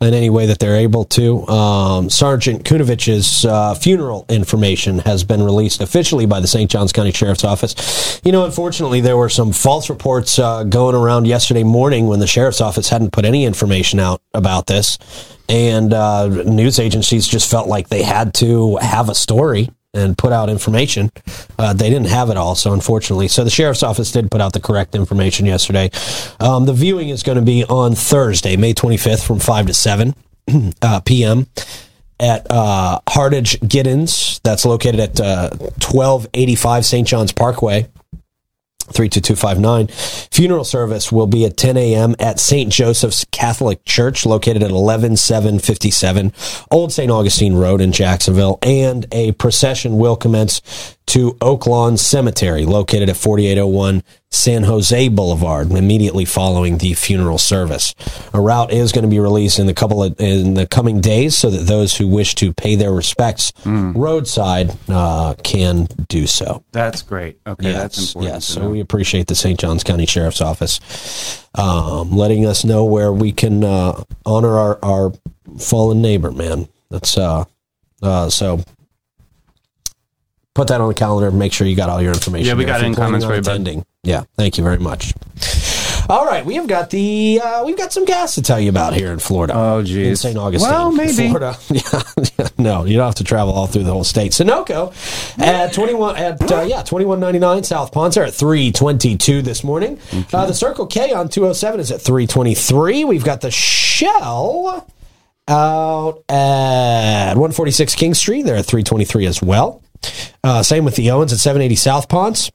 in any way that they're able to. Um, Sergeant Kunovich's uh, funeral information has been released officially by the St. John's County Sheriff's Office. You know, unfortunately, there were some false reports uh, going around yesterday morning when the Sheriff's Office hadn't put any information out about this. And uh, news agencies just felt like they had to have a story and put out information. Uh, they didn't have it all, so unfortunately. So the sheriff's office did put out the correct information yesterday. Um, the viewing is going to be on Thursday, May 25th from 5 to 7 uh, p.m. at uh, Hardage Giddens. That's located at uh, 1285 St. John's Parkway. 32259. Funeral service will be at 10 a.m. at St. Joseph's Catholic Church, located at 11757 Old St. Augustine Road in Jacksonville. And a procession will commence to Oaklawn Cemetery, located at 4801 San Jose Boulevard, immediately following the funeral service. A route is going to be released in the couple of, in the coming days, so that those who wish to pay their respects roadside uh, can do so. That's great. Okay, that's important. Yes, to so know. we appreciate the St. Johns County Sheriff's Office um, letting us know where we can uh, honor our, our fallen neighbor, man. That's uh, uh, so. Put that on the calendar. Make sure you got all your information. Yeah, we there got if it in you're planning comments on for you, bud. attending. Yeah, thank you very much. All right, we have got the uh, we've got some gas to tell you about here in Florida. Oh, geez. in St. Augustine, Well, maybe. Florida. yeah, no, you don't have to travel all through the whole state. Sunoco at twenty one at uh, yeah twenty one ninety nine South Ponce at three twenty two this morning. Uh, the Circle K on two oh seven is at three twenty three. We've got the Shell out at 146 King Street. They're at 323 as well. Uh, same with the Owens at 780 South Ponce.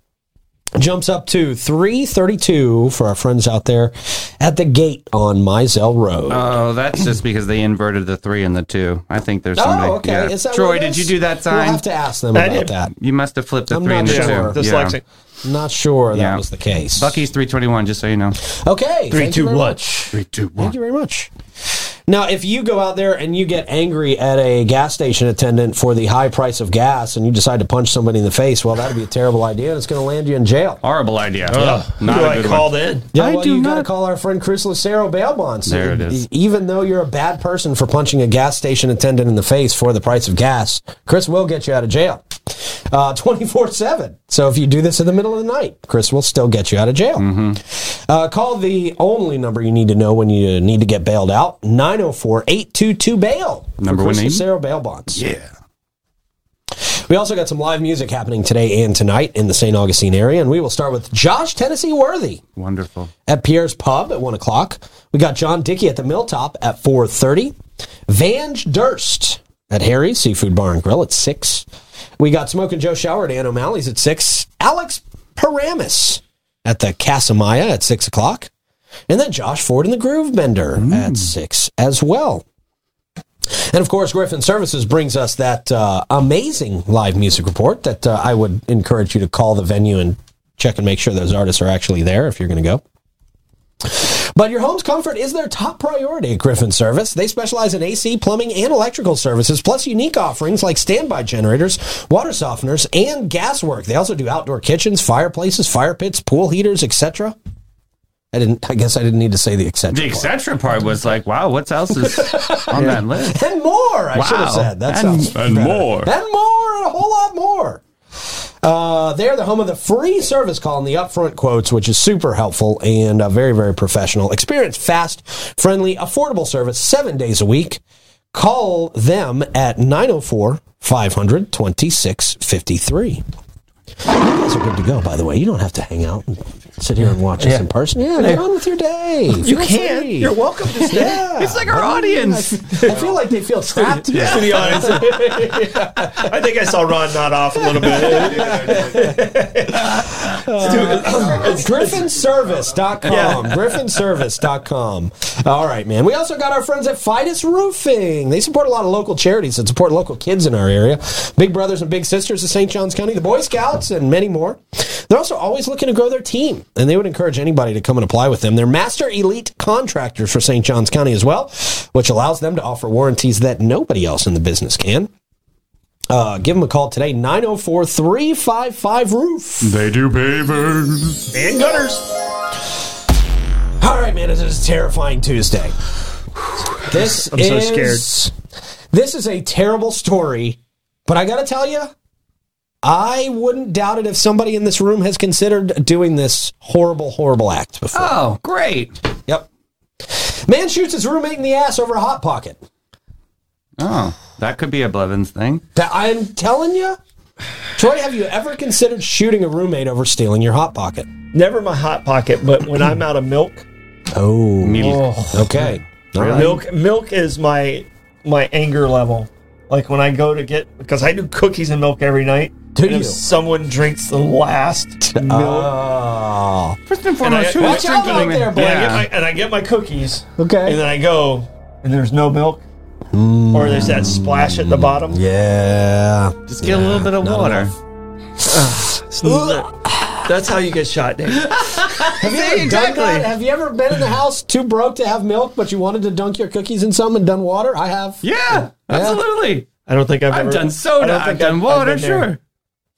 Jumps up to 332 for our friends out there at the gate on Mizell Road. Oh, that's just because they inverted the three and the two. I think there's somebody. oh, okay. yeah. Is that Troy, what it did is? you do that We'll sign? have to ask them I about did. that. you must have flipped the I'm three not and the sure. two. Dyslexic. Not sure that Yeah. was the case. Bucky's 321, just so you know. Okay. Three, thank you two, very one. much. Three, two, one. Thank you very much. Now, if you go out there and you get angry at a gas station attendant for the high price of gas and you decide to punch somebody in the face, well, that'd be a terrible idea and it's going to land you in jail. Horrible idea. Who Not a I good called one. in. Yeah, I well, do you got to not- call our friend Chris Lucero bail bonds. There it is. Even though you're a bad person for punching a gas station attendant in the face for the price of gas, Chris will get you out of jail. Uh, 24-7. So if you do this in the middle of the night, Chris will still get you out of jail. Mm-hmm. Uh, call the only number you need to know when you need to get bailed out, 904-822-BAIL. for Number one Chris name? Lucero bail bonds. Yeah. We also got some live music happening today and tonight in the St. Augustine area, and we will start with Josh Tennessee Worthy Wonderful. at Pierre's Pub at one o'clock. We got John Dickey at the Milltop at four thirty. Vange Durst at Harry's Seafood Bar and Grill at six. We got Smoke and Joe Shower at Ann O'Malley's at six. Alex Paramus at the Casamaya at six o'clock, and then Josh Ford and the Groove Bender at six as well. And of course, Griffin Services brings us that uh, amazing live music report that uh, I would encourage you to call the venue and check and make sure those artists are actually there if you're going to go. But your home's comfort is their top priority at Griffin Service. They specialize in AC, plumbing, and electrical services, plus unique offerings like standby generators, water softeners, and gas work. They also do outdoor kitchens, fireplaces, fire pits, pool heaters, etc. I didn't. I guess I didn't need to say the The etc. part. etc. part was like, wow, what else is on that list? And more. I should have Wow. said that. And- sounds and better. more. And more. And a whole lot more. Uh, they're the home of the free service call and the upfront quotes, which is super helpful and uh, very, very professional. Experience fast, friendly, affordable service seven days a week. Call them at 904 500 2653. You guys are good to go, by the way. You don't have to hang out and sit here and watch us in person. Yeah, get on with your day. You can. You're welcome to stay. Yeah. It's like our audience. I feel like they feel trapped. To the audience. I think I saw Ron nod off a little bit. griffinservice.com griffinservice.com all right man we also got our friends at fidus roofing they support a lot of local charities that support local kids in our area big brothers and big sisters of st john's county the boy scouts and many more they're also always looking to grow their team and they would encourage anybody to come and apply with them they're master elite contractors for st john's county as well which allows them to offer warranties that nobody else in the business can uh, give them a call today 904 355 roof They do pavers. and gutters. All right, man, this is a terrifying Tuesday. This I'm so is, This is a terrible story, but I got to tell you, I wouldn't doubt it if somebody in this room has considered doing this horrible, horrible act before. Oh, great. Yep. Man shoots his roommate in the ass over a hot pocket. Oh, that could be a Blevins thing. That I'm telling you, Troy, have you ever considered shooting a roommate over stealing your hot pocket? Never my hot pocket, but when I'm out of milk, Oh, Immediately. okay. All right. milk milk is my my anger level. Like when I go to get because I do cookies and milk every night. Do and you? If someone drinks the last milk, Oh. First and and foremost, I- who Watch is out drinking out the- there, boy. and, I get Yeah. my, and I get my cookies, Okay. and then I go and there's no milk, or there's that splash Hmm. at the bottom. Yeah. Just get a little bit of water. It's not- That's how you get shot, Dave. Have you, ever done that? have you ever been in the house too broke to have milk, but you wanted to dunk your cookies in some and done water? I have. Yeah, absolutely. I don't think I've, I've ever, done I soda. don't I've, think done I've water. been there. sure.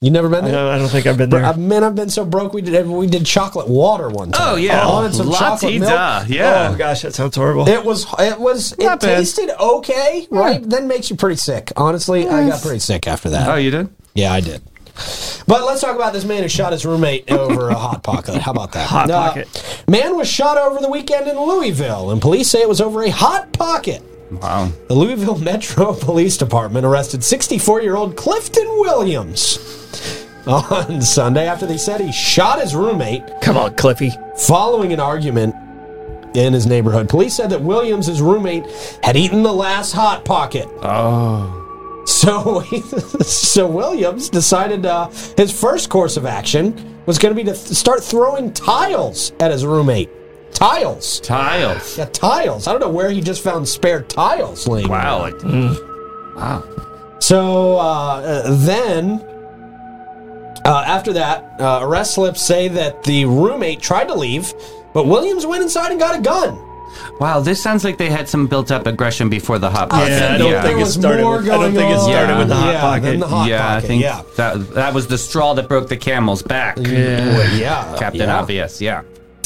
You never been I there? don't, I don't think I've been Bro, there. I, man, I've been so broke. We did we did chocolate water one time. Oh yeah, I wanted some chocolate Latte milk. duh, Yeah. Oh gosh, that sounds horrible. It was it was it Not bad. tasted okay, right? Then makes you pretty sick. Honestly, I got pretty sick after that. Oh, you did. Yeah, I did. But let's talk about this man who shot his roommate over a hot pocket. How about that? Hot pocket. Man was shot over the weekend in Louisville, and police say it was over a hot pocket. Wow. The Louisville Metro Police Department arrested 64 year old Clifton Williams on Sunday after they said he shot his roommate Come on, Cliffy. following an argument in his neighborhood. Police said that Williams, his roommate, had eaten the last hot pocket. Oh. So, so Williams decided uh, his first course of action was going to be to th- start throwing tiles at his roommate. Tiles. Tiles. Yeah, tiles. I don't know where he just found spare tiles laying. around. Wow. Wow. So uh, uh, then, uh, after that, uh, arrest slips say that the roommate tried to leave, but Williams went inside and got a gun. Wow, this sounds like they had some built up aggression before the hot pocket. Yeah, I don't There think it was started more with- I don't going think it on. started with the hot yeah, pocket. than the hot yeah, pocket, I think yeah. that that was the straw that broke the camel's back. Boy, yeah. Captain yeah. Obvious, yeah.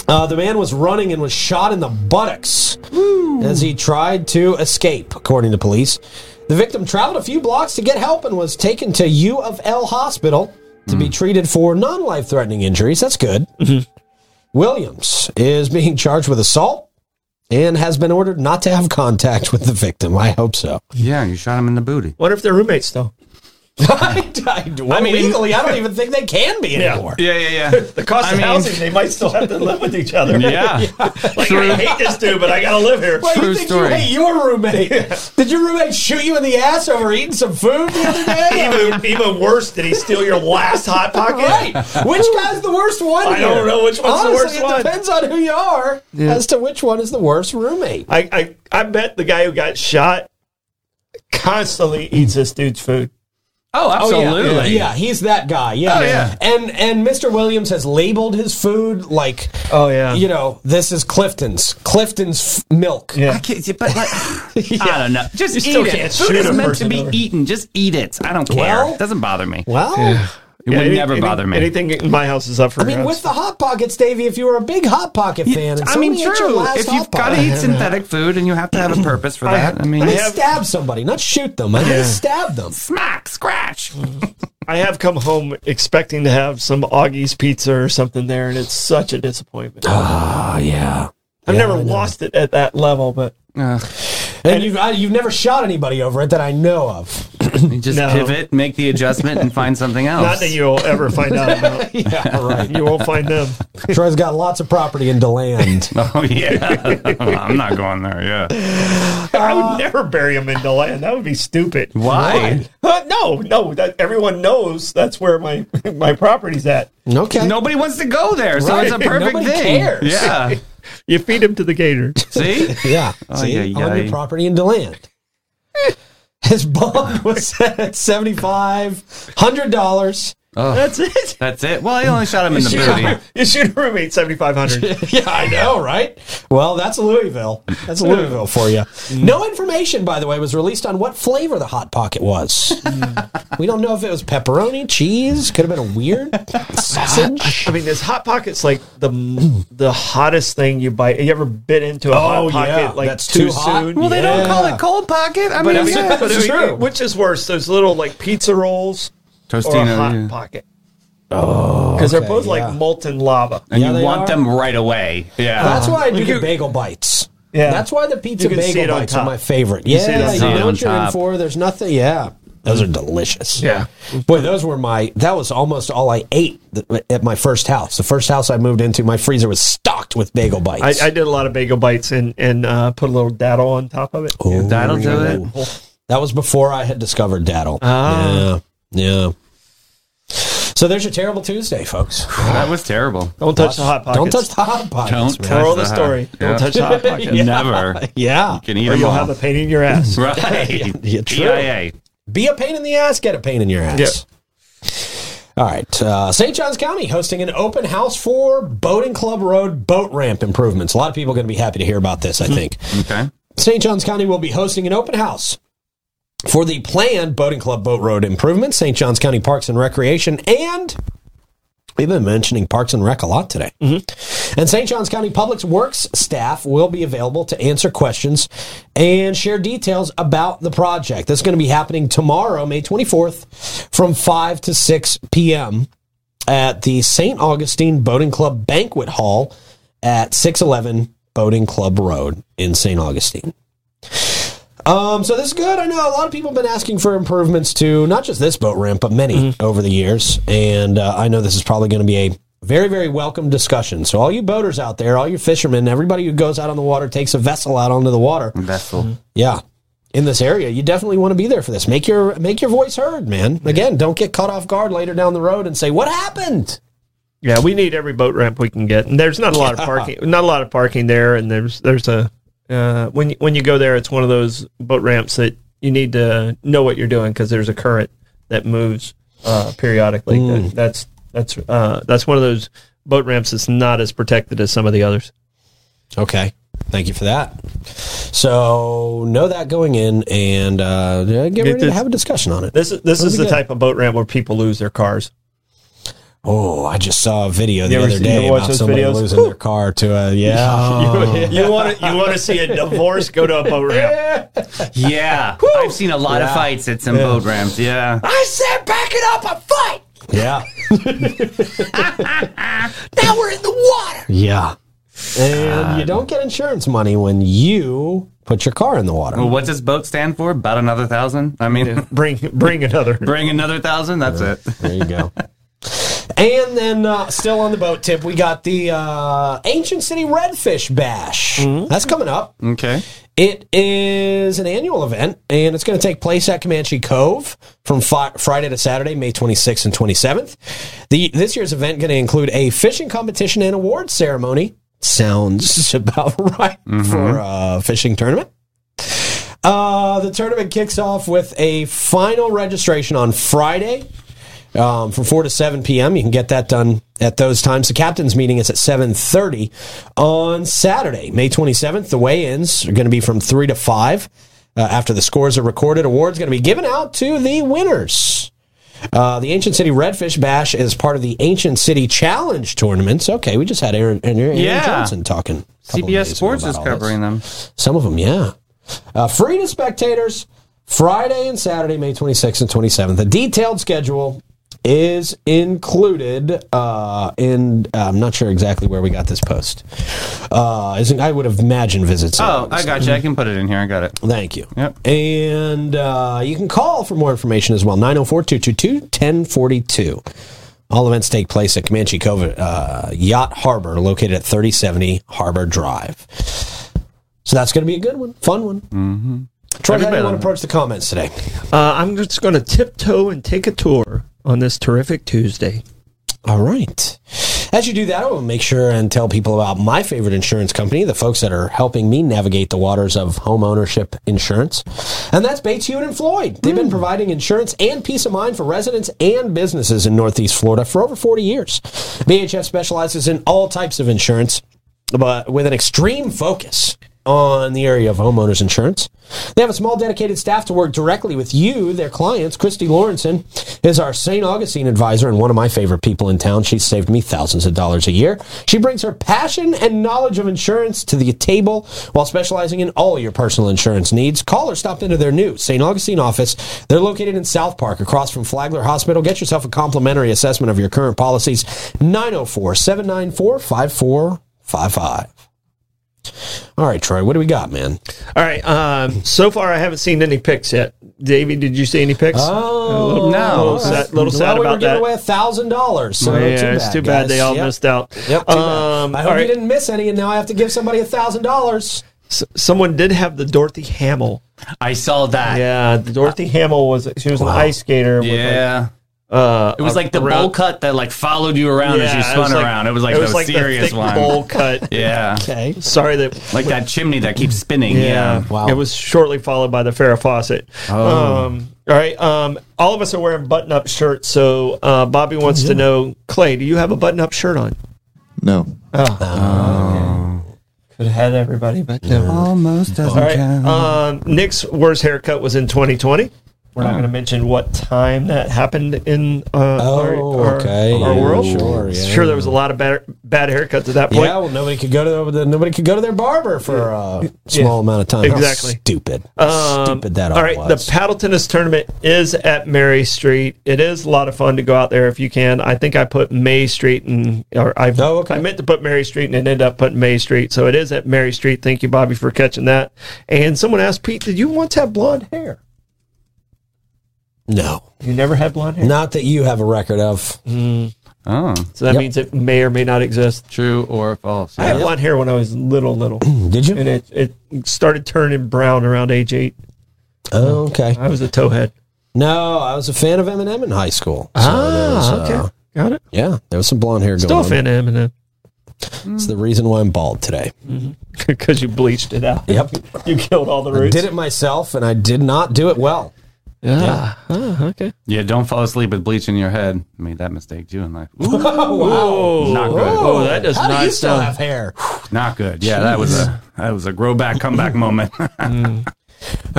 Uh, the man was running and was shot in the buttocks as he tried to escape, according to police. The victim traveled a few blocks to get help and was taken to U of L Hospital to be treated for non life threatening injuries. That's good. Williams is being charged with assault and has been ordered not to have contact with the victim. I hope so. Yeah, you shot him in the booty. What if they're roommates though? I, I- well, mean- legally, I don't even think they can be Yeah. anymore. Yeah, yeah, yeah. The cost I of mean- housing, they might still have to live with each other. yeah. Like, I hate this dude, but I gotta live here. Why do True you think story. you hate your roommate? Did your roommate shoot you in the ass over eating some food the other day? I mean, even, even worse, did he steal your last hot pocket? Right. Which guy's the worst one? I don't here? know which one's the Honestly, worst it one. depends on who you are as to which one is the worst roommate. I, I I bet the guy who got shot constantly eats this dude's food. Oh, absolutely. yeah, yeah, he's that guy. Yeah, Oh, yeah. And and Mr. Williams has labeled his food like, Oh yeah, you know, this is Clifton's, Clifton's f- milk. yeah. I can't, but like, I don't know. Just You eat still it. can't Food shoot is a meant to person be over. eaten. Just eat it. I don't care. Well- it doesn't bother me. Well, It would Any- never any- bother me. Anything in my house is up for I mean, with grabs. the hot pockets, Davey, if you were a big hot pocket fan, and I mean, somebody ate your true. last If Hot you've got Pocket- to eat synthetic food and you have to have a purpose for that, I, mean, I have- stab somebody, not shoot them. I just stab them. smack, scratch. I have come home expecting to have some Augie's pizza or something there, and it's such a disappointment. Oh, yeah. I've yeah, never I know. lost it at that level, but And you've I, you've never shot anybody over it that I know of. You just No. pivot, make the adjustment, and find something Oh. else. not that you'll ever find out about. Yeah, right. You won't find them. Troy's got lots of property in Deland. Oh yeah, I'm not going there. Yeah, I would never bury them in the land. That would be stupid. why? Uh, no, no. That, everyone knows that's where my my property's at. Okay. Nobody wants to go there, so it's a Right. perfect Nobody thing. cares. Yeah, You feed them to the gator. see, Yeah. See, Ay, on ay, your ay. property in Deland. His bond was set at seventy five hundred dollars. That's it. that's it. Well, he only shot him in the You, booty. shoot a roommate seventy five hundred. Yeah, I know, right? Well, that's Louisville. That's Louisville for you. No information, by the way, was released on what flavor the hot pocket was. we don't know if it was pepperoni, cheese. Could have been a weird sausage. I mean, this hot pocket's like the the hottest thing you bite. You ever bit into a Oh, hot pocket like too, hot. soon? Well, they don't call Yeah. it cold pocket. I But I mean, mean, yeah. but I that's mean, true. Which is worse, those little like pizza rolls or a hot Tostino, yeah. pocket? Oh, because okay, they're both yeah. like molten lava. and Yeah, you they want are. them right away. Yeah, That's why I do Like the you- bagel bites. Uh-huh. Yeah. That's why the pizza You can see bagel it on bites are top. my favorite. see it yeah, on you top. know what On you're in top. for. There's nothing. Yeah. Those are delicious. Yeah. Boy, those were my, that was almost all I ate th- at my first house. The first house I moved into, my freezer was stocked with bagel I, bites. I did a lot of bagel bites and and uh, put a little daddle on top of it. Ooh. that'll do it. That was before I had discovered daddle. Yeah. Yeah. So there's your terrible Tuesday, folks. That was terrible. Don't touch the hot pockets. Don't touch the hot pockets. Don't man. Moral of the Touch the story. hot- Don't yeah. touch the hot pockets. Never. Yeah. Can eat Or them you'll all. have a pain in your ass. right. E yeah, true. TIA. Be a pain in the ass, get a pain in your ass. Yeah. All right. Uh, St. John's County hosting an open house for Boating Club Road boat ramp improvements. A lot of people are going to be happy to hear about this, I think. Okay. St. John's County will be hosting an open house for the planned Boating Club Boat Road improvements, St. John's County Parks and Recreation, and we've been mentioning Parks and Rec a lot today. And St. John's County Public Works staff will be available to answer questions and share details about the project. That's going to be happening tomorrow, May 24th, from 5 to 6 p.m. at the St. Augustine Boating Club Banquet Hall at 611 Boating Club Road in St. Augustine. Um, so this is good. I know a lot of people have been asking for improvements to not just this boat ramp, but many over the years. And uh, I know this is probably going to be a very, very welcome discussion. So all you boaters out there, all your fishermen, everybody who goes out on the water, takes a vessel out onto the water. Vessel. Yeah. In this area, you definitely want to be there for this. Make your make your voice heard, man. Again, don't get caught off guard later down the road and say, "What happened?" Yeah, we need every boat ramp we can get, and there's not a lot of parking. Not a lot of parking there, and there's there's a uh, when you- when you go there, it's one of those boat ramps that you need to know what you're doing because there's a current that moves uh, periodically. That- that's that's uh, that's one of those boat ramps that's not as protected as some of the others. Okay. Thank you for that. So know that going in and uh, get ready to this- have a discussion on it. This is this is be the good. type of boat ramp where people lose their cars. Oh, I just saw a video the You ever other see- day you watch about those somebody videos? losing their car to a yeah. You want to you want to see a divorce go to a boat ramp? Yeah. I've seen a lot of fights at some boat ramps. Yeah. I said back it up and fight. Yeah. now we're in the water. Yeah. And you don't get insurance money when you put your car in the water. Well, what does boat stand for? About another thousand? I mean, Bring bring another. bring another thousand? That's it. There you go. and then uh, still on the boat tip, we got the uh, Ancient City Redfish Bash. That's coming up. Okay. It is an annual event, and it's going to take place at Comanche Cove from fi- Friday to Saturday, May 26th and 27th. The this year's event going to include a fishing competition and award uh, ceremony. Sounds about right for a fishing tournament. Uh, the tournament kicks off with a final registration on Friday um, from 4 to 7 p.m. You can get that done at those times. The captain's meeting is at 7.30 on Saturday, May 27th. The weigh-ins are going to be from 3 to 5. Uh, after the scores are recorded, awards going to be given out to the winners. Uh, the Ancient City Redfish Bash is part of the Ancient City Challenge tournaments. Okay, we just had Aaron, Aaron, Aaron Yeah. Johnson talking. a couple of days CBS ago Sports about is all this. covering them. Some of them, yeah. Uh, free to spectators Friday and Saturday, May 26th and 27th. The detailed schedule is included uh, in. I'm not sure exactly where we got this post. Uh, isn't I would have imagined visits. Oh, I got you. I can put it in here. I got it. Thank you. Yep. And uh, you can call for more information as well 904 222 1042. All events take place at Comanche Cove uh, Yacht Harbor, located at 3070 Harbor Drive. So that's going to be a good one, fun one. Mm-hmm. Troy, how do Everybody- you want to approach the comments today? Uh, I'm just going to tiptoe and take a tour on this terrific Tuesday. All right. As you do that, I will make sure and tell people about my favorite insurance company, the folks that are helping me navigate the waters of home ownership insurance. And that's Bates, Hewitt, and Floyd. They've been providing insurance and peace of mind for residents and businesses in Northeast Florida for over 40 years. BHF specializes in all types of insurance, but with an extreme focus on the area of homeowners insurance. They have a small dedicated staff to work directly with you, their clients. Christy Lawrenson is our St. Augustine advisor and one of my favorite people in town. She's saved me thousands of dollars a year. She brings her passion and knowledge of insurance to the table while specializing in all your personal insurance needs. Call or stop into their new St. Augustine office. They're located in South Park across from Flagler Hospital. Get yourself a complimentary assessment of your current policies. 904 794 5455. All right, Troy, what do we got, man? All right. Um, so far, I haven't seen any picks yet. Davey, did you see any picks? Oh, A little- no. Little sad, little Well, sad we were about giving that. away a thousand dollars. So yeah, too it's bad, too bad guys. they all Yep. missed out. Yep, too bad. Um, I hope all you right. didn't miss any, and now I have to give somebody a thousand dollars. S- someone did have the Dorothy Hamill. I saw that. Yeah, the Dorothy Hamill was she was an ice skater. With Yeah. like, uh, It was a- like the around- bowl cut that like followed you around as Yeah, you it was spun like- around. It was like the the serious thick one. bowl cut. Yeah. Okay. Sorry that Like that chimney that keeps spinning. Yeah. Yeah. Wow. Oh. It was shortly followed by the Farrah Fawcett. Um, all right. Um, all of us are wearing button up shirts. So uh, Oh, Bobby wants to know Clay, do you have a button up shirt on? No. Could have had everybody, but no. Almost doesn't All right. count. Um, Nick's worst haircut was in 2020. We're Oh. not going to mention what time that happened in uh, our, Oh, our- okay. our, Yeah, world. sure, yeah. sure, there was a lot of bad, bad haircuts at that Yeah. point. Well, nobody could go to the, nobody could go to their barber for a small amount of time. How Exactly. stupid. Um, stupid that all, all right, was. the paddle tennis tournament is at Mary Street. It is a lot of fun to go out there if you can. I think I put May Street and or I Oh, okay. I meant to put Mary Street and it ended up putting May Street. So it is at Mary Street. Thank you, Bobby, for catching that. And someone asked Pete, did you once have blonde hair? no, You never had blonde hair, not that you have a record of. Oh. so that means it may or may not exist. True or false. I had blonde hair when I was little, little, Did you? and it it started turning brown around age eight. Oh, okay. I was a towhead. No, I was a fan of Eminem in high school. So there was, uh, Ah, okay, got it. Yeah, there was some blonde hair Still a going fan of Eminem on. It's the reason why I'm bald today. because you bleached it out. Yep. You killed all the I roots. did it myself, and I did not do it well. Yeah. Ah, okay. Yeah, don't fall asleep with bleach in your head. I made that mistake too in life. Ooh, wow. not good. Whoa. that does How do you not still sound- have hair? Not good. Yeah, that was a that was a grow back comeback moment. All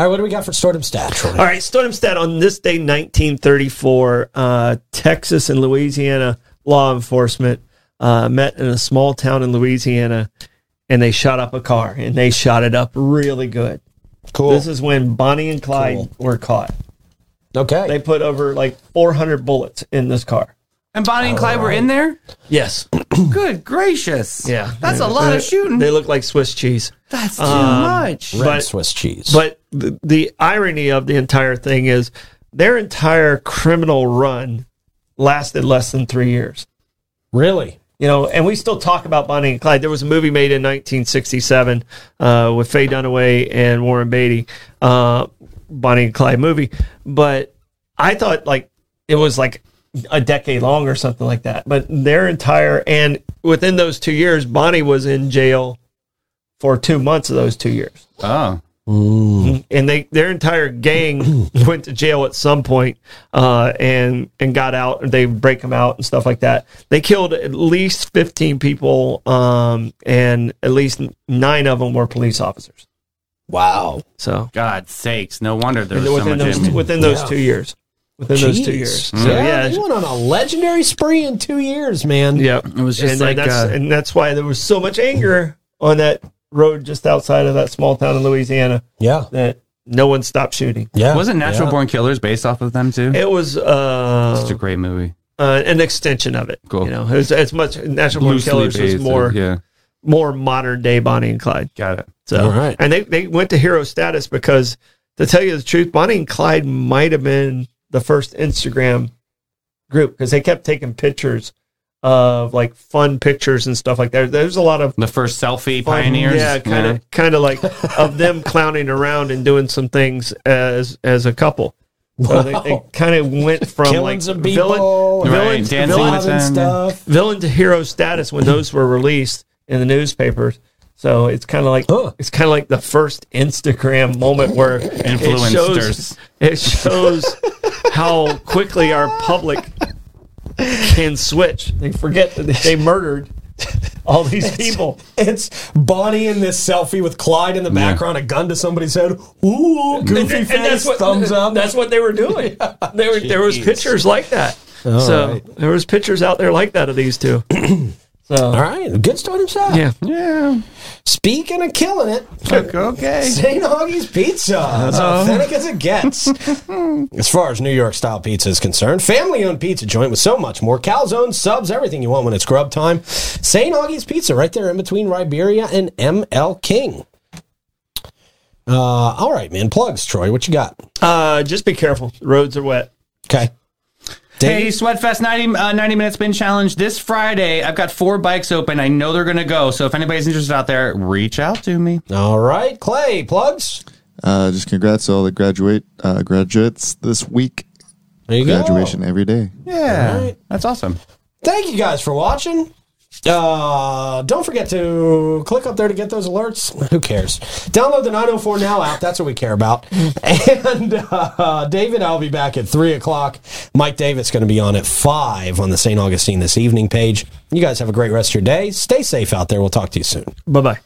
right, what do we got for Stordom stat? Troy? All right. Stoneham on this day, 1934, uh, Texas and Louisiana law enforcement uh, met in a small town in Louisiana and they shot up a car and they shot it up really good. Cool. This is when Bonnie and Clyde Cool. were caught. okay. They put over like 400 bullets in this car. and Bonnie and Clyde were in there? Yes. Good gracious. Yeah. Uh, That's a lot of shooting. They look like Swiss cheese. That's too um, much. Red but- Swiss cheese. But the, the irony of the entire thing is their entire criminal run lasted less than three years. really? You know, and we still talk about Bonnie and Clyde. There was a movie made in 1967 uh, with Faye Dunaway and Warren Beatty, uh, Bonnie and Clyde movie. But I thought like it was like a decade long or something like that. But their entire and within those two years, Bonnie was in jail for two months of those two years. Oh. and they their entire gang went to jail at some point, uh, and and got out. and They break them out and stuff like that. They killed at least fifteen people, um, and at least nine of them were police officers. Wow. So God sakes, no wonder there's so within much those in me. within those Yeah. two years, within those two Jeez. years. So yeah, yeah, he went on a legendary spree in two years, man. Yep. It was just and like, that's, uh, and that's why there was so much anger on that road just outside of that small town in Louisiana yeah, that no one stopped shooting. yeah. Wasn't Natural Yeah. Born Killers based off of them too? It was Such a uh, great movie. uh, an extension of it. Cool. You know, it was, as much National Born Loosely Killers was based, uh, more Yeah, more modern day Bonnie and Clyde. got it. So All right. and they they went to hero status because to tell you the truth, Bonnie and Clyde might have been the first Instagram group because they kept taking pictures of like fun pictures and stuff like that. There's a lot of The first selfie fun- pioneers. Yeah, kind of, kind of like of them clowning around and doing some things as as a couple. So they, they kind of went from Killing like some people, villain, Right, villain, dancing villain, with Loving them. stuff. villain to hero status when those were released in the newspapers. So it's kind of like Huh. it's kind of like the first Instagram moment where it shows Influencers. it shows how quickly our public can switch. They forget that they murdered all these people. It's Bonnie in this selfie with Clyde in the background, a gun to somebody's head. Ooh, goofy And face, thumbs up. That's what they were doing. They were, there was pictures like that. so right. there was pictures out there like that of these two. all right. Good start himself. Yeah. Yeah. Speaking of killing it, Okay. St. Augie's Pizza, as authentic as it gets. as far as New York style pizza is concerned, family owned pizza joint with so much more calzone, subs, everything you want when it's grub time. St. Augie's Pizza, right there in between Riberia and ML King. Uh, all right, man. Plugs, Troy. What you got? Uh, just be careful. Roads are wet. Okay. Hey, Sweatfest 90, uh, 90 Minute Spin Challenge this Friday. I've got four bikes open. I know they're going to go. So if anybody's interested out there, reach out to me. All right, Clay. Plugs. Uh, just congrats to all the graduate uh, graduates this week. There you Graduation every day. Yeah. Alright. That's awesome. thank you guys for watching. Uh, don't forget to click up there to get those alerts. Who cares? Download the 904 Now app. That's what we care about. And uh, David, I'll be back at 3 o'clock. Mike Davis going to be on at 5 on the St. Augustine This Evening page. You guys have a great rest of your day. Stay safe out there. We'll talk to you soon. Bye bye.